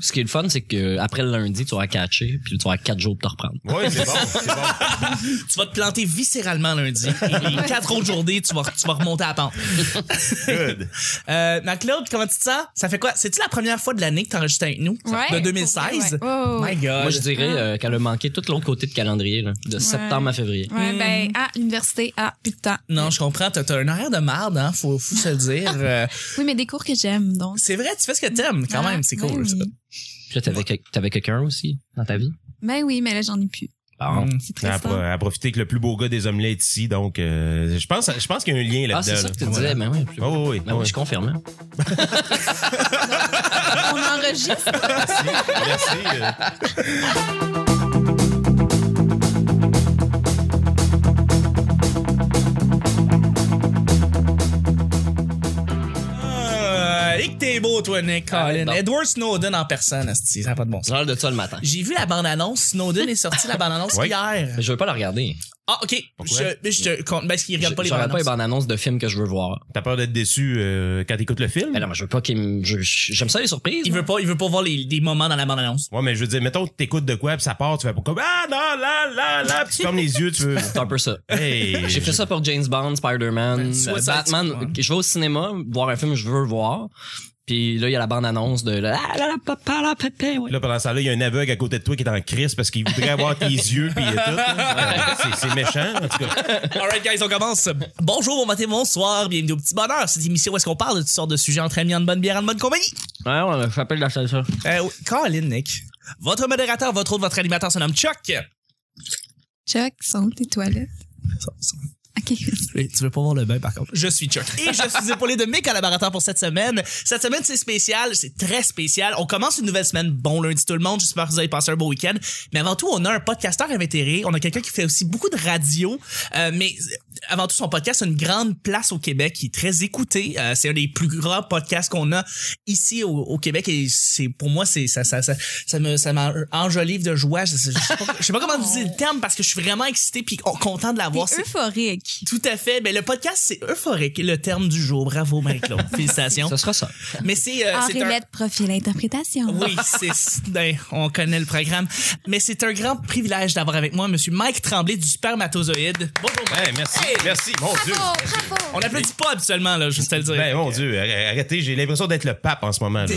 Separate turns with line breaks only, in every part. Ce qui est le fun, c'est que après le lundi, tu vas catcher, puis tu vas avoir quatre jours pour te reprendre.
Oui, c'est bon, c'est bon.
Tu vas te planter viscéralement lundi. Et les quatre autres journées, tu vas, tu vas remonter à la pente.
Good.
Euh, ma Claude, comment tu te sens? Ça fait quoi? C'est-tu la première fois de l'année que tu enregistres avec nous? Ça-
Ouais,
de 2016?
pour vrai, ouais. Ouais, ouais,
My God.
Moi, je dirais euh, qu'elle a manqué tout l'autre côté de calendrier, là, de septembre à février.
Ouais, ben, ah, l'université, ah, plus de temps.
Non, je comprends. T'as t'as un horaire de marde, hein? Faut, faut se le dire. Euh,
Oui, mais des cours que j'aime, donc.
c'est vrai, tu fais ce que t'aimes quand
Ah,
même. C'est
ben
cool,
oui.
ça.
Puis là, t'avais, que- t'avais quelqu'un aussi dans ta vie.
Ben oui, mais là, j'en ai plus.
Bon.
Mm.
C'est
À,
triste. hein?
pro- à profiter que le plus beau gars des hommes là est ici, donc euh, je pense, je pense qu'il y a un lien là-dedans.
Ah, c'est ça que tu
là.
disais, ben oui.
Ah oui, oui,
Ben
oui.
oui, je confirme. hein.
On enregistre.
Merci. euh.
Euh, et que t'es beau, toi, Nick Colin.
non.
Edward Snowden en personne, asti, ça n'a pas de bon
J'ai
sens.
l'air de ça le matin.
J'ai vu la bande-annonce. Snowden est sorti la bande-annonce
Oui.
hier.
Mais Ben, Je veux pas la regarder.
Ah, OK.
Pourquoi?
Je, je te compte. Ben, parce qu'il
Je,
regarde pas les
je regarde pas les
bandes-annonces.
bandes annonces de films que je veux voir.
T'as peur d'être déçu euh, quand t'écoutes le film?
Ben non, mais je veux pas qu'il me. je- je- J'aime ça les surprises.
Il
moi.
veut pas, il veut pas voir les, les moments dans la bande-annonce.
Ouais, mais je veux dire, mettons, t'écoutes de quoi, puis ça part, tu fais pourquoi? Ah, non, là, là, là, puis tu fermes les yeux, tu veux.
C'est un peu ça.
Hey,
J'ai fait ça pour James Bond, Spider-Man,
Ben,
euh,
Suicide
Batman.
Squad.
Je vais au cinéma voir un film que je veux voir. Puis là, il y a la bande-annonce de la, la, la, papa, la, pépé, ouais.
Là, pendant ça, là, il y a un aveugle à côté de toi qui est en crise parce qu'il voudrait avoir tes yeux puis tout. là. Ouais, c'est- C'est méchant, en tout cas.
Alright, guys, on commence. Bonjour, bon matin, bonsoir. Bienvenue au petit bonheur. Cette émission où est-ce qu'on parle de toutes sortes de sujets entre amis, en bonne bière, en bonne compagnie.
Ouais, on s'appelle la salle ça.
Euh, oui. Colin, Nick. Votre modérateur, votre autre, votre animateur se nomme Chuck.
Chuck, sont tes toilettes. OK.
Oui, tu veux pas voir le bain, par contre. Je suis Chuck. Et je suis épaulé de mes collaborateurs pour cette semaine. Cette semaine, c'est spécial. C'est très spécial. On commence une nouvelle semaine. Bon lundi tout le monde. J'espère que vous avez passé un beau week-end. Mais avant tout, on a un podcasteur invétéré. On a quelqu'un qui fait aussi beaucoup de radio. Euh, mais avant tout, son podcast a une grande place au Québec qui est très écouté. Euh, c'est un des plus grands podcasts qu'on a ici au, au Québec. Et c'est, pour moi, c'est, ça, ça, ça, ça me, ça m'enjolive de joie. Je, je sais pas, je sais pas comment vous dire le terme parce que je suis vraiment excité puis con- content de l'avoir.
T'es
C'est-
euphorique.
tout à fait. Mais le podcast, c'est euphorique, le terme du jour. Bravo, Marie-Claude. Félicitations.
Ce sera ça.
Mais c'est. euh,
Art
c'est
et
un-
lettres, profil, interprétation.
Oui, c'est. c'est- ben, on connaît le programme. Mais c'est un grand privilège d'avoir avec moi Monsieur Mike Tremblay du Spermatozoïde. Bonjour, Mike.
Hey, merci, merci, mon Dieu.
Bravo, bravo.
On n'applaudit pas habituellement, là, juste à le dire.
Ben, mon Dieu, arr- arrêtez, j'ai l'impression d'être le pape en ce moment. là.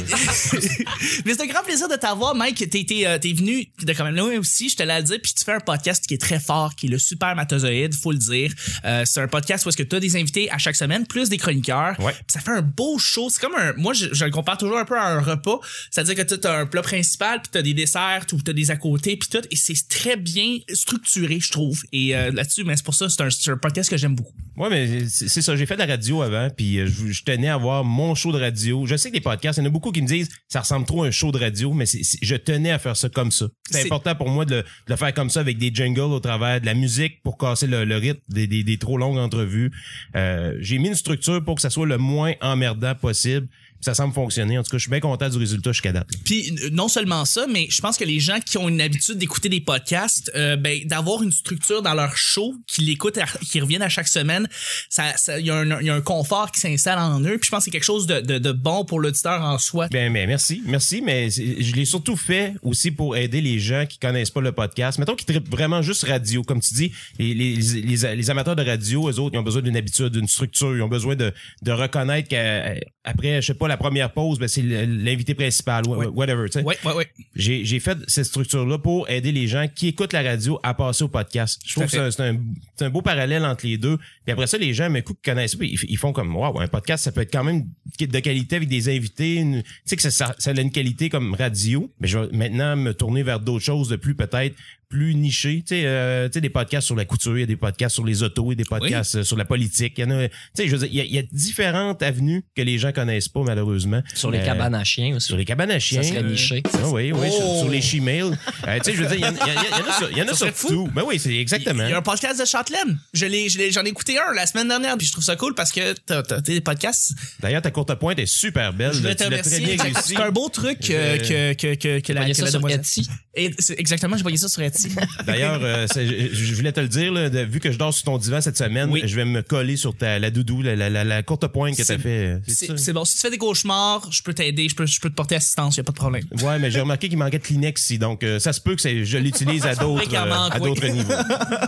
Mais c'est un grand plaisir de t'avoir, Mike. T'es, t'es, euh, t'es venu de quand même loin aussi, je te l'ai dit, puis tu fais un podcast qui est très fort, qui est le Super Matozoïde, faut le dire. Euh, c'est un podcast où est-ce que t'as des invités à chaque semaine, plus des chroniqueurs.
Ouais.
Puis ça fait un beau show. C'est comme un... Moi, je, je le compare toujours un peu à un repas. C'est-à-dire que t'as- t'as un plat principal, puis t'as des desserts, ou t'as des à côté, puis tout. Et c'est très bien structuré, je trouve. Et euh, là-dessus, mais c'est pour ça, c'est un, c'est un podcast que j'aime beaucoup.
Ouais, mais c'est c'est ça, j'ai fait de la radio avant, puis euh, je, je tenais à avoir mon show de radio. Je sais que les podcasts, il y en a beaucoup qui me disent ça ressemble trop à un show de radio, mais c'est- c'est- je tenais à faire ça comme ça. C'est
C'est-
important pour moi de le, de le faire comme ça avec des jingles au travers de la musique pour casser le, le rythme des, des- des trop longues entrevues. Euh, j'ai mis une structure pour que ça soit le moins emmerdant possible. puis Ça semble fonctionner. En tout cas, je suis bien content du résultat jusqu'à date.
Puis euh, non seulement ça, mais je pense que les gens qui ont une habitude d'écouter des podcasts, euh, ben d'avoir une structure dans leur show, qui l'écoutent, à- qui reviennent à chaque semaine, ça, ça- il y, a un- il y a un confort qui s'installe en eux. Puis je pense que c'est quelque chose de, de, de bon pour l'auditeur en soi.
Ben, ben, merci, merci, mais c'est- je l'ai surtout fait aussi pour aider les gens qui connaissent pas le podcast. Mettons qu'ils trippent vraiment juste radio, comme tu dis, les, les, les, les amateurs de radio, eux autres, ils ont besoin d'une habitude, d'une structure, ils ont besoin de, de reconnaître qu'après, je sais pas, la première pause, ben, c'est le- l'invité principal, wha- whatever, tu sais.
Ouais, ouais, ouais.
J'ai j'ai fait cette structure-là pour aider les gens qui écoutent la radio à passer au podcast. Je trouve
à
que c'est
fait.
un, c'est un- c'est un beau parallèle entre les deux. Puis après ça, les gens, mais coup, qui connaissent pas, ils, ils font comme, waouh, un podcast, ça peut être quand même de qualité avec des invités. une- tu sais que ça, ça, ça a une qualité comme radio. Mais je vais maintenant me tourner vers d'autres choses de plus peut-être plus nichées. Tu sais, euh, tu sais, des podcasts sur la couture, il y a des podcasts sur les autos, il y a des podcasts euh, sur la politique. Il y en a, tu sais, je veux dire, il y a, il y a différentes avenues que les gens connaissent pas, malheureusement.
Sur les
Euh,
cabanes à chiens aussi.
Sur les cabanes à chiens.
Ça serait niché.
Ah oui, oui, sur,
Oh!
sur les shemales. Euh, tu sais, je veux dire, il y en- il y, en- il y en a sur, il y en a
Ça
sur
serait fou.
tout. Ben oui, c'est exactement.
Il y a un podcast de Châtelaine. Je l'ai, je l'ai- j'en ai écouté un la semaine dernière, puis je trouve ça cool parce que t'as, t'as, t'as des podcasts.
D'ailleurs, ta courte pointe est super belle.
Je
là,
vais
Ah, tu
te
l'as très bien
remercier.
réussi.
C'est un beau truc euh, que, que, que, que, la,
Voyez
que
ça
la
sur
demoiselle-
Etsy.
Et c'est- exactement, j'ai pogné ça sur Etsy. esti.
D'ailleurs, euh, c'est- je, je voulais te le dire, là, de- vu que je dors sur ton divan cette semaine,
Oui.
je vais me coller sur ta, la doudou, la, la- la- la courte pointe que
C'est-
t'as fait. euh,
C'est
ça?
c'est bon. Si tu fais des cauchemars, je peux t'aider, je peux, je peux te porter assistance, y a pas de problème.
Ouais, mais j'ai remarqué qu'il manquait de Kleenex ici, donc euh, ça se peut que c'est- je l'utilise à d'autres
qu'il en
euh,
manque,
à
oui.
d'autres niveaux.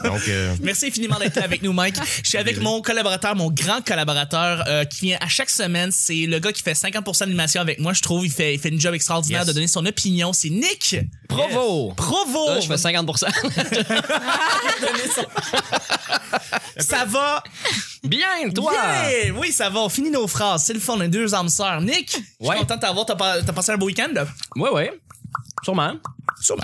Donc, euh,
Merci infiniment d'être avec nous, Mike. Je suis avec mon collaborateur, mon grand collaborateur, euh, qui vient à chaque semaine. C'est le gars qui fait 50% d'animation avec moi. Je trouve, il fait, il fait une job extraordinaire
Yes.
de donner son opinion. C'est Nick
Provo!
Provo.
Là, Ah, je fais 50%.
Ça va
Bien, toi!
Yeah! Oui, ça va. On finit nos phrases. C'est le fond, on est deux âmes sœurs. Nick, je
Ouais.
suis content de t'avoir. T'as pas- t'as passé un beau week-end?
Ouais, ouais. Sûrement.
Sûrement.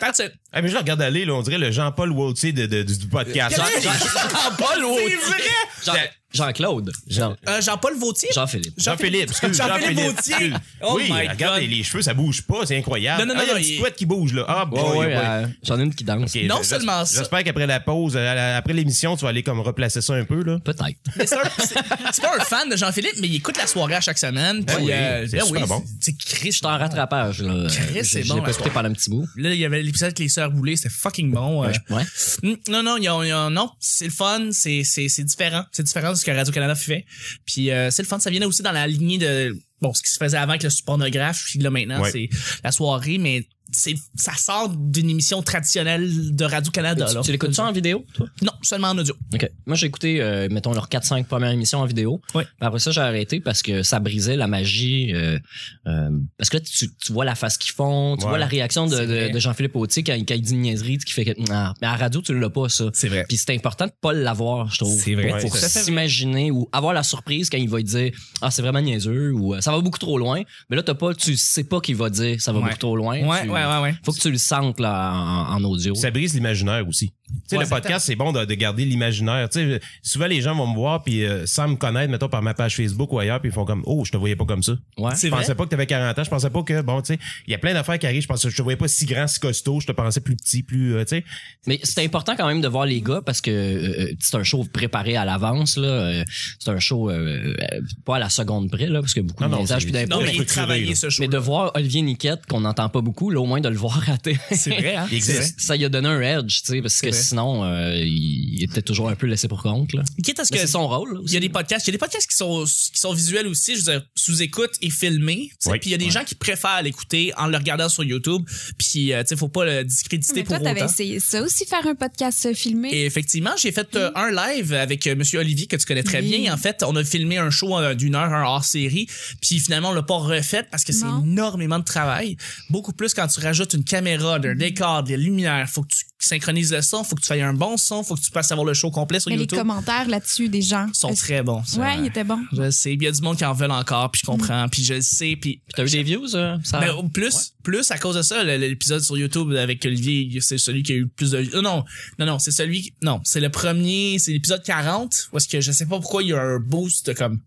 That's it.
ah, mais je le regarde aller, là, on dirait le Jean-Paul Waltier de, de- du, du podcast.
Jean-
Quel-
Jean- Jean-Paul
C'est
Wautier.
vrai!
Ah, Jean- Jean-Claude. Jean.
Euh, Jean-Paul Vautier?
Jean-Philippe.
Jean-Philippe, excuse,
Jean-Philippe Vautier.
excuse.
Oh
oui,
my
regarde,
God.
les, les cheveux, ça bouge pas, c'est incroyable.
Non, non,
Ah, il
non,
y a
non,
une petite
il-
couette qui bouge, là. Ah,
Ouais,
boy,
ouais,
boy.
euh, j'en ai une qui danse.
Ok,
Non
j'es-
seulement ça-
J'espère qu'après la pause, à la- après l'émission, tu vas aller comme replacer ça un peu, là.
Peut-être.
Mais C'est un- c'est- c'est pas un fan de Jean-Philippe, mais il écoute la soirée à chaque semaine.
Ben
puis,
oui,
euh,
c'est
ben
super
oui,
bon.
C'est c'est Christ.
J'étais en rattrapage, là.
Chris,
J'ai-
c'est
j'ai
bon,
pas
la
écouté
soirée.
pendant un petit bout.
Là, il y avait l'épisode avec les sœurs Boulay, c'était fucking bon. euh.
Ouais. Ouais.
Mm, Non, non, il y a- il y a- non, c'est le fun, c'est c'est- c'est différent. C'est différent de ce que Radio-Canada fait. Puis euh, c'est le fun, ça vient aussi dans la lignée de bon ce qui se faisait avant avec le pornographe, puis là maintenant
Ouais.
c'est la soirée, mais c'est ça sort d'une émission traditionnelle de Radio-Canada.
Tu,
là.
tu l'écoutes ça en vidéo, toi?
Non, seulement en audio.
OK. Moi, j'ai écouté, euh, mettons, leurs 4-5 premières émissions en vidéo.
Oui.
Puis après ça, j'ai arrêté parce que ça brisait la magie. euh, euh, parce que là, tu, tu vois la face qu'ils font, tu
Ouais.
vois la réaction de,
C'est vrai.
de, de Jean-Philippe Autier quand, il- quand il dit une niaiserie, qui fait que. Ah, mais à la radio, tu l'as pas, ça.
C'est vrai.
Puis c'est important de pas l'avoir, je trouve.
C'est vrai.
Pour
Ouais,
pour
c'est
ça.
s'imaginer ou avoir la surprise quand il va dire Ah, c'est vraiment niaiseux ou euh, ça va beaucoup trop loin. Mais là, t'as pas, tu sais pas qu'il va dire ça va
Ouais.
beaucoup trop loin.
Ouais, ouais,
Tu-
ouais, ouais.
Faut que tu le sentes là, en, en audio.
Ça brise l'imaginaire aussi. Tu sais,
Ouais,
le podcast, c'est bon de, de garder l'imaginaire. Tu sais, souvent, les gens vont me voir puis euh, sans me connaître, mettons, par ma page Facebook ou ailleurs, puis ils font comme « Oh, je te voyais pas comme ça.
Ouais.
C'est
Je
vrai.
pensais pas que t'avais 40 ans. Je pensais pas que, bon, tu sais, il y a plein d'affaires qui arrivent. Je pensais que je te voyais pas si grand, si costaud. Je te pensais plus petit, plus, euh, tu sais.
Mais c'est important quand même de voir les gars parce que euh, euh, c'est un show préparé à l'avance là. Euh, c'est un show euh, euh, pas à la seconde près là parce que beaucoup
Non,
de
non,
messages
c'est-
puis
Non,
d'impôts.
mais
Mais,
il travaillait ce show.
mais de voir Olivier Niquette qu'on n'entend pas beaucoup, là au moins de le voir à télé.
C'est vrai, hein?
Il existe.
Ça lui a donné un edge, tu sais, parce que
vrai.
sinon, euh, il était toujours un peu laissé pour compte. Là.
Quitte à ce
Mais
que
c'est son rôle. là,
Il
aussi.
y a des podcasts, il y a des podcasts qui sont qui sont visuels aussi, je veux dire sous écoute et filmés. tu sais.
Oui.
Puis il y a des gens qui préfèrent l'écouter en le regardant sur YouTube. Puis euh, tu sais, faut pas le discréditer
Mais toi,
pour
t'avais
autant.
essayé ça aussi, faire un podcast euh, filmé.
Et effectivement, j'ai fait euh, un live avec euh, Monsieur Olivier que tu connais très
Oui.
bien. En fait, on a filmé un show euh, d'une heure, un hors série, puis finalement on l'a pas refait parce que c'est
Non.
énormément de travail. Beaucoup plus quand tu rajoutes une caméra,
Mm-hmm.
un décor, des lumières. Faut que tu synchronises le son, faut que tu fasses un bon son, faut que tu passes avoir le show complet sur
Mais les
YouTube.
commentaires là-dessus des gens.
sont
euh,
très bons. ça.
Ouais, il était bon.
Je sais, il y a du monde qui en veulent encore, puis je comprends, puis je le sais, puis
T'as eu des views, euh, ça?
Ben, au plus, plus à cause de ça, le- l'épisode sur YouTube avec Olivier, c'est celui qui a eu plus de. euh, non, non, non, c'est celui. Non, c'est le premier, c'est l'épisode 40, parce que je sais pas pourquoi il y a un boost de comme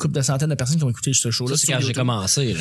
couple de centaines de personnes qui ont écouté ce
Ça,
show-là.
c'est
sur
quand j'ai
YouTube.
commencé. là.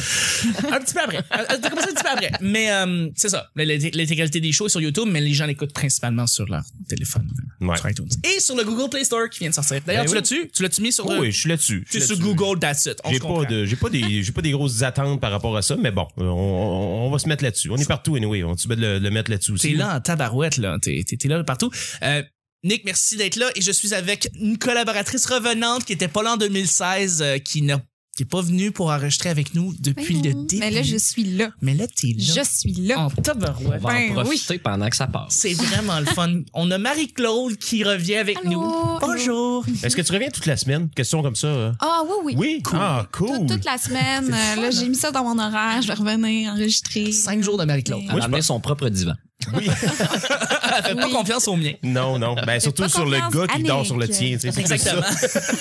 Un petit peu après. Euh, euh, T'as commencé un petit peu après. Mais euh, c'est ça, l'intég- l'intégralité des shows est sur YouTube, mais les gens l'écoutent principalement sur leur téléphone, euh,
Ouais.
sur iTunes. Et sur le Google Play Store qui vient de sortir. D'ailleurs,
Ben
tu
oui.
l'as-tu? Tu l'as-tu mis sur
Oh,
le-
oui, je suis là-dessus.
Tu
Je
es
suis
sur
là-dessus.
Google, that's it. On
J'ai
se comprend.
pas de, j'ai pas des, j'ai pas des grosses attentes par rapport à ça, mais bon, euh, on, on- on va se mettre là-dessus. On est partout, anyway. On se met de le, de le mettre là-dessus aussi.
T'es là en tabarouette, là. T'es, t'es- t'es là partout. Euh, Nick, merci d'être là. Et je suis avec une collaboratrice revenante qui était pas là en 2016, euh, qui n'a qui est pas venue pour enregistrer avec nous depuis
Ben
le
non.
début.
Mais là, je suis là.
Mais là, t'es là.
Je suis là.
en tabarouette.
On va
Ben
en profiter pendant que ça passe.
C'est vraiment le fun. On a Marie-Claude qui revient avec
Allô,
nous.
allô.
Bonjour.
Est-ce que tu reviens toute la semaine? Question comme ça. euh?
Ah oui, oui.
Oui? Ah, cool.
Toute, toute la semaine, euh, là, j'ai mis ça dans mon horaire. Je vais revenir enregistrer.
Cinq jours de Marie-Claude.
Elle a amené son propre divan.
Oui.
Elle fait pas
Oui.
confiance au mien.
non, non. Ben, surtout
pas
sur le
confiance,
gars qui dort
Annick.
sur le tien. tu sais, c'est plus ça.
Exactement.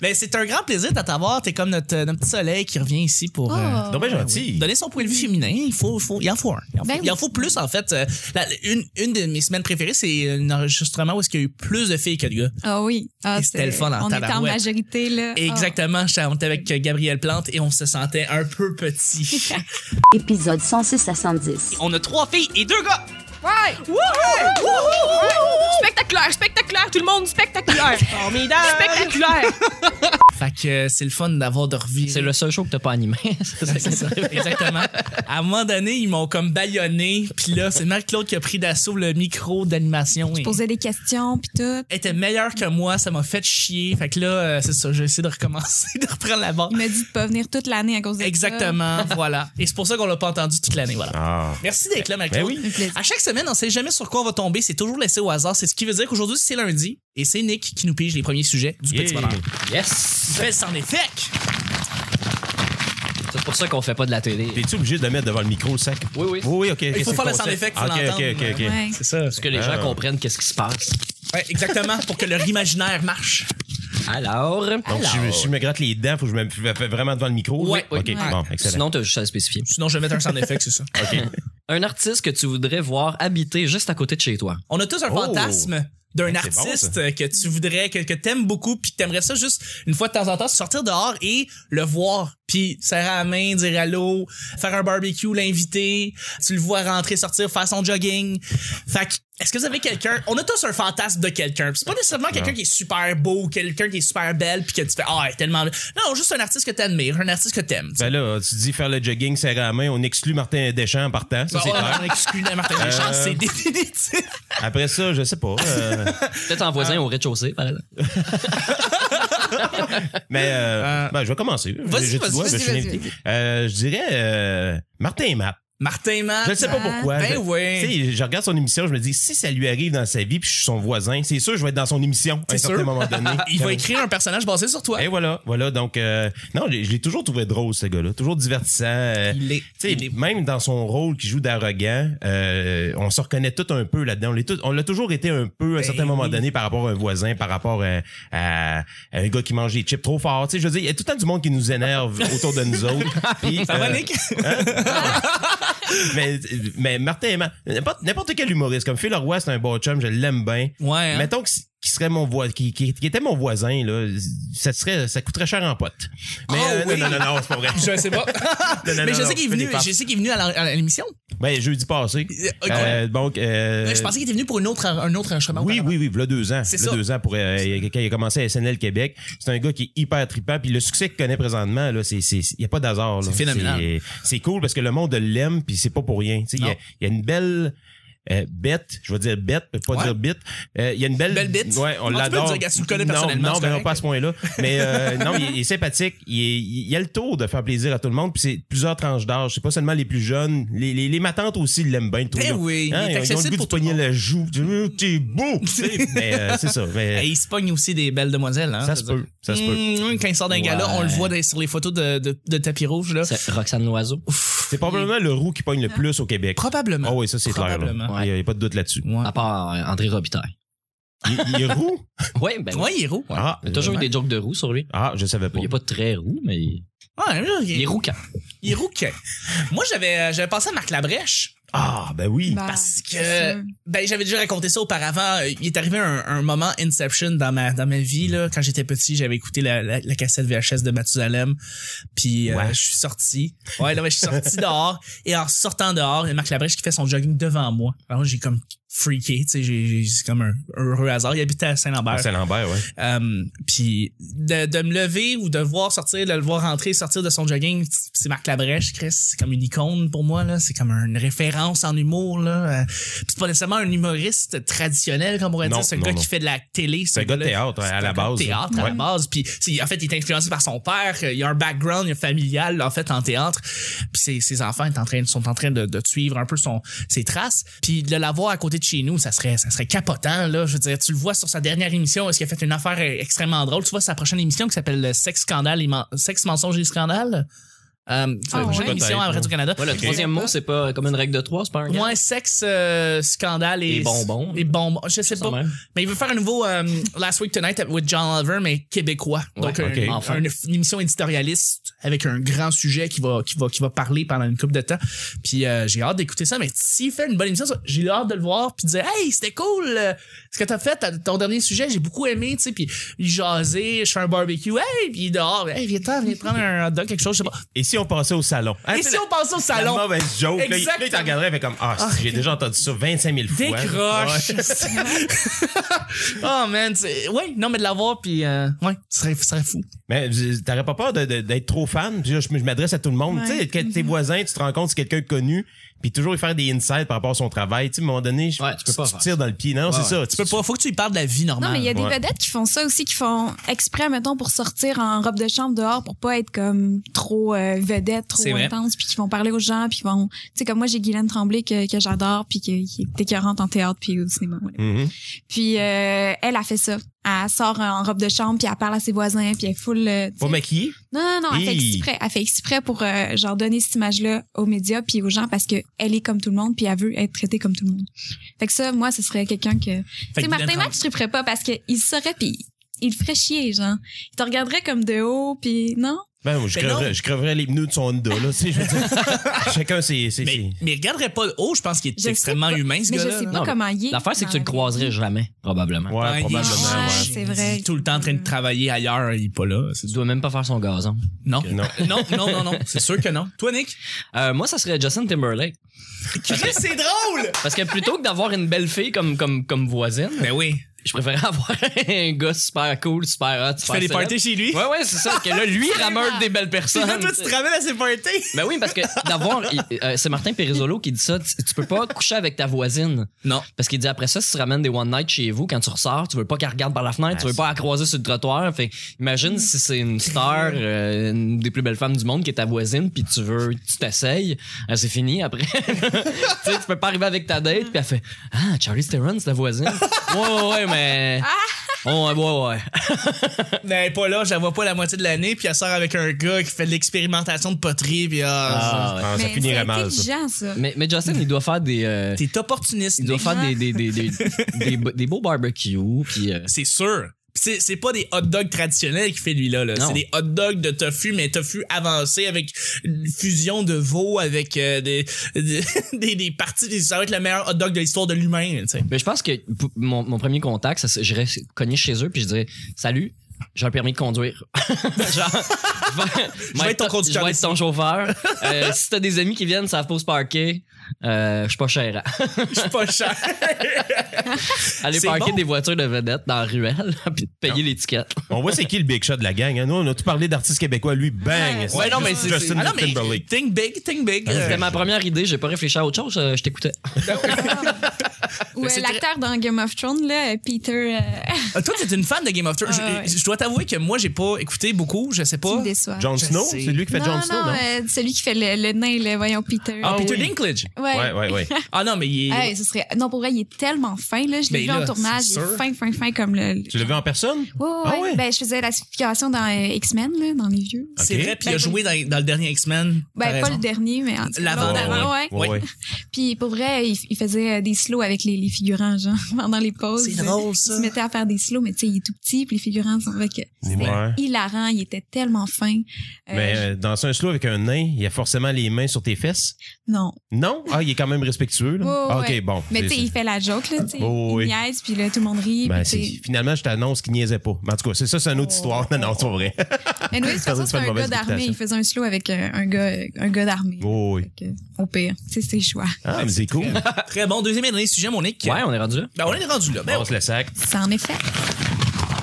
Mais c'est un grand plaisir de t'avoir. T'es comme notre, notre petit soleil qui revient ici pour. euh,
Oh.
Non, ben, gentil.
Donner son point de vue féminin, il faut, faut- il en faut un. Il en faut,
Ben
il en
oui.
faut plus, en fait. Euh, la- une, une de mes semaines préférées, c'est un enregistrement où est-ce qu'il y a eu plus de filles que de gars.
Ah oui. Ah,
Et c'était
c'est-
le fun en
On était en
tabarouette.
majorité, là. Ah.
Exactement, j'étais- on était avec euh, Gabrielle Plante et on se sentait un peu petit.
épisode 106 à 110.
on a trois filles et deux gars.
Ouais!
Wouhou! Wouhou!
Spectaculaire, spectaculaire, tout le monde spectaculaire!
Formidable!
Spectaculaire!
Fait que euh, c'est le fun d'avoir de revivre.
C'est le seul show que t'as pas animé. C'est ça.
Exactement. À un moment donné, ils m'ont comme bâillonné. Puis là, c'est Marc-Claude qui a pris d'assaut le micro d'animation. et-
Poser des questions, puis tout.
Elle était meilleure que moi, ça m'a fait chier. Fait que là, euh, c'est ça, j'ai essayé de recommencer, de reprendre la barre.
Il m'a dit de pas venir toute l'année à cause de ça.
Exactement, voilà. Et c'est pour ça qu'on l'a pas entendu toute l'année, voilà.
Ah.
Merci d'être là, Marc-Claude.
Ben oui.
Un plaisir.
À chaque semaine, on sait jamais sur quoi on va tomber, c'est toujours laissé au hasard. C'est ce qui veut dire qu'aujourd'hui, c'est lundi et c'est Nick qui nous pige les premiers sujets du petit
Yeah.
bonheur.
Yes!
Belle sans effet!
C'est pour ça qu'on fait pas de la télé.
T'es-tu obligé de le mettre devant le micro, le sac?
Oui, oui.
Oui, oui, OK. Il
faut faire le sound effect, faut
OK, OK,
l'entendre.
OK. ok.
Ouais.
C'est ça.
Parce que les gens
Ah.
comprennent qu'est-ce qui se passe.
Ouais, exactement, pour que leur imaginaire marche.
Alors,
Donc,
alors.
si je, si je me gratte les dents, faut que je me je fais vraiment devant le micro?
Ouais,
OK,
oui.
bon, excellent.
Sinon, t'as juste à le spécifier.
Sinon, je vais mettre un sans effet, c'est ça.
Un artiste que tu voudrais voir habiter juste à côté de chez toi.
On a tous un
Oh!
fantasme d'un
c'est bon,
artiste
ça.
que tu voudrais, que, que t'aimes beaucoup, puis que t'aimerais ça juste une fois de temps en temps sortir dehors et le voir, puis serrer à la main, dire allô, faire un barbecue, l'inviter, tu le vois rentrer, sortir, faire son jogging. Fait que, est-ce que vous avez quelqu'un? On a tous un fantasme de quelqu'un. Puis C'est pas nécessairement quelqu'un qui est super beau, quelqu'un qui est super belle, puis que tu fais ah elle est tellement. belle. Non, juste un artiste que t'admires, un artiste que t'aimes.
Ben là, tu dis faire le jogging serré à la main, on exclut Martin Deschamps en partant, Ben, ça c'est
Bon,
clair.
Ah, on exclut Martin Deschamps,
Euh.
c'est définitif.
Après ça, je sais pas. euh,
Peut-être en voisin au rez-de-chaussée, par exemple.
mais euh,
Euh,
ben, je vais commencer.
vas-y,
J'ai tout le droit,
vas-y,
je suis
vas-y,
invité.
vas-y.
Euh, je dirais euh, Martin Map.
Martin Matt.
Je ne sais pas
Ah.
pourquoi.
Ben
Je-
oui.
Tu sais, je regarde son émission, je me dis, si ça lui arrive dans sa vie, puis je suis son voisin, c'est sûr, je vais être dans son émission à un
C'est sûr.
certain moment donné. Euh,
Il va écrire un personnage basé sur toi.
Et voilà, voilà. Donc, euh, non, je je l'ai toujours trouvé drôle, ce gars-là. Toujours divertissant. euh,
Il est-
tu sais,
il est-
Même dans son rôle qui joue d'arrogant, euh, on se reconnaît tout un peu là-dedans. On l'est tout- On l'a toujours été un peu à un certain moment
Ben oui.
donné par rapport à un voisin, par rapport à, à- à un gars qui mange des chips trop fort. Tu sais, je veux dire, il y a tout le temps du monde qui nous énerve autour de nous autres. Puis,
Ça va,
euh,
Nick?
mais, mais Martin Aimant, n'importe, n'importe quel humoriste, comme Phil Leroy, c'est un bon chum, je l'aime bien.
Ouais. hein.
Mettons que c- qu'il serait mon voisin, qui, qui, qui était mon voisin, là, ça serait, ça coûterait cher en pote. Mais,
Ah
euh,
oui!
non, non, non, non, c'est pas vrai.
Je sais
Non,
pas.
non,
mais
non,
je
non,
sais qu'il est
fais
venu,
des farces.
je sais qu'il est venu à la- à l'émission.
Ben, jeudi passé.
Euh, ok.
Euh, donc, euh,
Mais je pensais qu'il était venu pour une autre, un autre enregistrement.
Oui,
auparavant.
oui, oui, voilà deux ans.
C'est
V'là
ça.
deux ans pour, euh, quand il a commencé à SNL Québec. C'est un gars qui est hyper trippant. Puis le succès qu'il connaît présentement, là, c'est, c'est, il n'y a pas d'hasard, là.
C'est phénoménal.
C'est, c'est cool parce que le monde l'aime, puis c'est pas pour rien. Tu sais, Il y, a-
Non.
il y a une belle, euh, bête, je vais dire bête, mais pas
Ouais.
dire bite. Euh, il y a une belle.
Belle bite.
Ouais, on
Non, tu peux
l'adore.
le dire, gars, si tu le connais
Non,
personnellement,
Non,
c'est
mais non,
correct.
pas à ce point-là. Mais euh, non, il, est- il est sympathique. Il, est- il a le tour de faire plaisir à tout le monde. Puis c'est plusieurs tranches d'âge. C'est pas seulement les plus jeunes. Les, les, les matantes aussi l'aiment bien. le
Ben
trouve.
oui, il est
Hein, ils ont- ils ont le
accessible
goût
pour
de
tout le
poigner
monde.
la joue. Tu- euh, T'es beau. tu sais. mais euh, c'est ça.
Et
Mais
il se pogne aussi des belles demoiselles. Hein,
ça se peut. Ça se peut.
Mmh, quand il sort d'un
Ouais.
gala, on le voit dans- sur les photos de, de, de tapis rouge. Là.
C'est Roxane Loiseau.
C'est probablement le roux qui pogne le plus au Québec.
Probablement.
Ah oui, Ah. ça c'est clair. là.
Probablement.
Il n'y a pas de doute là-dessus.
Ouais.
À part euh, André Robitaille.
Il, il est roux?
Oui, ben oui.
Ouais, il est roux. Ouais,
Ah,
Il y a toujours eu
euh,
des jokes de roux sur lui.
Ah, je savais pas.
Il est pas très roux, mais il
Ouais, là, Ah, il,
il est
est roux.
roux quand.
Il est roux. que- Moi, j'avais euh, j'avais pensé à Marc Labrèche.
Ah, ben oui.
Ben,
Parce que
c'est sûr.
ben j'avais déjà raconté ça auparavant. Euh, Il est arrivé un, un moment Inception dans ma dans ma vie là. Quand j'étais petit, j'avais écouté la, la, la cassette VHS de Mathusalem. Puis euh,
Ouais.
je suis sorti. Ouais là, ben, je suis sorti dehors et en sortant dehors, il y a Marc Labrèche qui fait son jogging devant moi. Alors j'ai comme freaké, tu sais, j'ai- j'ai- c'est comme un heureux hasard. Il habitait à Saint-Lambert.
C'est Lambert, ouais.
Euh, puis de, de me lever ou de le voir sortir, de le voir rentrer, sortir de son jogging, c'est Marc Labrèche, Chris, c'est comme une icône pour moi là, c'est comme une référence en humour là. Euh, puis c'est pas nécessairement un humoriste traditionnel comme on pourrait
Non,
dire, c'est un
non,
gars
non.
qui fait de la télé,
C'est un gars de
gars-là,
théâtre hein,
c'est
à
un
la
gars de
base.
théâtre à la
Ouais.
base, puis c'est- en fait il est influencé par son père, il a un background, il a familial en fait en théâtre, puis ses, ses enfants sont en train sont en train de, de suivre un peu son ses traces, puis de l'avoir à côté de chez nous, ça serait ça serait capotant là, je veux dire tu le vois sur sa dernière émission, est-ce qu'il a fait une affaire euh, extrêmement drôle, tu vois sa prochaine émission qui s'appelle euh, Sexe scandale et men- sexe mensonge et scandale. Euh, c'est
Ah
une
ouais?
émission à
Peut-être,
Radio Canada.
Ouais, le troisième mot, c'est pas comme une règle de trois, c'est pas un gars.
Moins sexe, euh, scandale et,
Et bonbons.
Et bonbons. Je sais
Ça
pas.
même.
Mais il veut faire un nouveau euh, Last Week Tonight with John Oliver, mais québécois. Donc,
Ouais,
un-
ok.
Enfin.
un- une émission éditorialiste avec un grand sujet qui va, qui va, qui va parler pendant une couple de temps. Puis euh, j'ai hâte d'écouter ça. Mais s'il fait une bonne émission, ça, j'ai hâte de le voir. Puis de dire, hey, c'était cool euh, ce que t'as fait, ta- ton dernier sujet, j'ai beaucoup aimé. Tu sais, puis il jaser, je fais un barbecue. Hey, puis il est dehors, hey, viens-t'en, viens prendre un hot dog, quelque chose, je sais pas.
Et si si on passait au salon? Hein,
Et
c'est
si
la-
on passait au salon?
La mauvaise joke. Là, il- là, il
Exactement.
te regarderait, il fait comme, ah, si, j'ai déjà entendu ça 25 000 fois.
Décroche!
Ouais.
oh man, c'est- ouais, non mais de l'avoir puis euh, ouais, ce serait, ce serait fou.
Mais euh, t'aurais pas peur de- de- d'être trop fan? Puis là, je, je m'adresse à tout le monde.
Ouais. Mm-hmm.
Tu sais, que tes voisins, tu te rends compte, c'est quelqu'un de connu, puis toujours lui faire des insights par rapport à son travail. Tu sais, à un moment donné, je-
Ouais, tu peux pas faire
tires dans le pied. Non, c'est ça.
Tu peux pas, faut que tu lui parles de la vie normale.
Non, mais il y a des
Ouais.
vedettes qui font ça aussi, qui font exprès, mettons, pour sortir en robe de chambre dehors, pour pas être comme trop euh, vedette, trop
C'est vrai.
intense, puis qui vont parler aux gens, puis qui vont... Tu sais, comme moi, j'ai Guylaine Tremblay que, que j'adore, puis qui qui est écœurante en théâtre, puis au cinéma. ouais.
Mhm.
Puis euh, elle a fait ça. Elle sort en robe de chambre, puis elle parle à ses voisins, puis elle foule... euh,
Pas maquillé?
Non, non, non, elle fait
Oh. Hi.
exprès. Elle fait exprès pour euh, genre donner cette image-là aux médias puis aux gens parce que elle est comme tout le monde puis elle veut être traitée comme tout le monde. Fait que ça, moi, ce serait quelqu'un que... Tu sais,
que
Martin
Guylaine
Mac, je le ferais pas parce qu'il saurait puis il le ferait chier, genre. Il te regarderait comme de haut puis... Non?
Ben, moi, je,
Mais non.
creverais, je creverais les pneus de son Honda, là. Tu sais, je veux dire, chacun ses. ses-
Mais,
ses-
mais il regarderait pas le haut, je pense qu'il
Je
est
sais
extrêmement
pas.
humain ce
Mais je
gars-là.
sais
là.
pas
Non,
comment il est.
L'affaire, c'est que tu le
dans la
croiserais jamais, probablement.
Ouais,
Ouais, il est
probablement,
chiant.
ouais.
c'est vrai. Mm.
Il est Tout le temps en train de travailler ailleurs, il est pas là. c'est
Tu
sûr.
dois même pas faire son gazon.
Non.
Non.
Non, non, non, non. C'est sûr que non. Toi, Nick?
Euh, moi, ça serait Justin Timberlake.
Chris, c'est drôle!
Parce que plutôt que d'avoir une belle fille comme, comme, comme voisine,
Ben oui.
je préférais avoir un gars super cool, super hot,
Tu
super
fais des
célèbre.
parties chez lui?
Ouais, ouais, c'est ça. Parce que là, lui rameute des belles
Puis
personnes.
là, toi, tu te ramènes à ses parties?
Ben oui, parce que d'avoir. il- euh, c'est Martin Perizzolo qui dit ça. Tu tu peux pas coucher avec ta voisine.
Non.
Parce qu'il dit après ça, si tu ramènes des one night chez vous, quand tu ressors, tu veux pas qu'elle regarde par la fenêtre, tu veux pas la croiser sur le trottoir. Fait imagine si c'est une star, euh, une des plus belles femmes du monde qui est ta voisine, puis tu veux, tu t'essayes, euh, c'est fini après. tu sais, tu peux pas arriver avec ta date, puis elle fait Ah, Charlie Theron, c'est ta voisine. ouais, ouais, ouais, mais.
Ah.
Oh, ouais, ouais, ouais.
Ben, elle est pas là, je la vois pas la moitié de l'année, puis elle sort avec un gars qui fait de l'expérimentation de poterie, puis ah.
Ah, ouais.
Ah, ça
Mais
finirait
c'est
mal, ça.
intelligent, ça.
Mais, mais Justin, il doit faire des. euh,
T'es opportuniste.
il doit
Nick.
faire des, des, des, des, des, des beaux barbecues, puis. euh,
C'est sûr. Pis C'est, c'est pas des hot dogs traditionnels qu'il fait lui là. là.
Non.
C'est des hot dogs de tofu, mais tofu avancé avec une fusion de veau avec euh, des, des, des, des parties. Ça va être le meilleur hot dog de l'histoire de l'humain. tu sais.
Mais je pense que p- mon, mon premier contact, ça, c'est- j'irais cogner chez eux puis je dirais Salut, j'ai un permis de conduire. Genre, je vais,
Je vais être ton conducteur
je vais être ton chauffeur. Euh, si t'as des amis qui viennent, savent pas se parker. Euh, je suis pas cher.
Je suis pas cher.
Aller
C'est
parker
bon.
des voitures de vedettes dans la ruelle puis de payer l'étiquette.
On voit c'est qui le big shot de la gang. hein. Nous, on a tout parlé d'artistes québécois. Lui, bang!
Ouais, non, mais c'est.
Justin
c'est- Ah non, mais
Timberlake.
Think big, think big. Euh,
C'était ma première idée, j'ai pas réfléchi à autre chose, euh, je t'écoutais.
Ou euh,
c'est très-
l'acteur dans Game of Thrones, là, euh, Peter... euh,
Ah, Toi, t'es une fan de Game of Thrones.
Ah,
Je- je, dois t'avouer que moi, j'ai pas écouté beaucoup. Je sais
qui
pas.
me déçoit.
Jon
Je
Snow?
sais.
C'est lui qui fait
non,
Jon Snow, non?
non, euh, celui qui fait le, le nain, le voyons, Peter.
Ah,
Ah
Peter
oui.
Dinklage.
Ouais, ouais, ouais.
Ah non, mais il est.
Hey, ce serait... Non, pour vrai, il est tellement fin, là. Je
Ben
l'ai vu
là,
en tournage.
c'est
Il est
sûr.
fin, fin, fin, comme le...
Tu l'as vu en personne?
Ouais, ouais,
Ah
ouais.
ouais?
Ben, je faisais la signification dans euh, X-Men, là, dans les vieux.
Ok.
C'est vrai, puis il a
Ben,
joué dans, dans le dernier X-Men. T'as
Ben, pas
raison.
le dernier, mais en tout cas,
L'avant.
l'autre avant, ouais.
Ouais, ouais.
Puis pour vrai, il, il faisait euh, des slows avec les, les figurants, genre, pendant les pauses.
C'est drôle, ça.
Il se mettait à faire des slows, mais tu sais, il est tout petit, puis les figurants sont avec. euh,
Ouais.
Hilarant, il était tellement fin. Euh,
Mais euh, dans un slow avec un nain, il y a forcément les mains sur tes fesses.
Non.
Non? Ah, il est quand même respectueux. Là.
Ouais,
Ah,
ouais.
OK, bon.
Mais tu sais,
C'est-
il fait la joke, là, tu sais.
Oh, oui.
Il niaise, puis là, tout le monde rit.
Ben,
puis tu sais-
c'est- finalement, je t'annonce qu'il niaisait pas. Mais en tout cas, c'est ça, c'est une autre
Oh.
histoire. Non, non, c'est pas vrai.
Mais oui, de toute
Ça
façon,
donne
c'est
pas de
un gars
mauvaise
d'armée.
réputation.
Il faisait un slow avec euh, un gars, un gars d'armée.
Oh, oui.
Fait que, Au pire, c'est ses choix.
Ah, mais c'est cool.
Très bon. Deuxième et dernier sujet, mon Nick.
Ouais, on est rendu là.
Ben, on est rendu là. Ben,
Brasse le sac.
C'est en effet.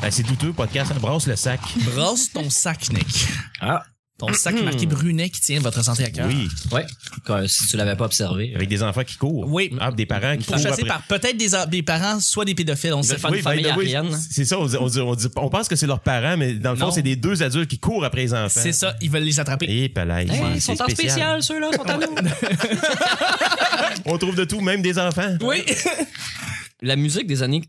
Ben, c'est douteux, podcast. hein. Brasse le sac.
brasse ton sac, Nick.
Ah,
Ton sac marqué Brunet qui tient votre santé à cœur.
Oui.
ouais. Quand- si tu l'avais pas observé.
Avec des enfants qui courent.
Oui.
Ah, des parents qui courent.
Pourchassé
après.
par peut-être des, des parents, soit des pédophiles, on sait
faire
pas.
une famille
by the way,
aérienne.
C'est ça, on, dit- on, dit- on dit- on pense que c'est leurs parents, mais dans le
Non.
fond, c'est des deux adultes qui courent après les enfants.
C'est ça, ils veulent les attraper.
Et palais.
Hey,
c'est
ils sont en spécial, ceux-là, ils sont à nous.
On trouve de tout, même des enfants.
Oui,
La musique des années.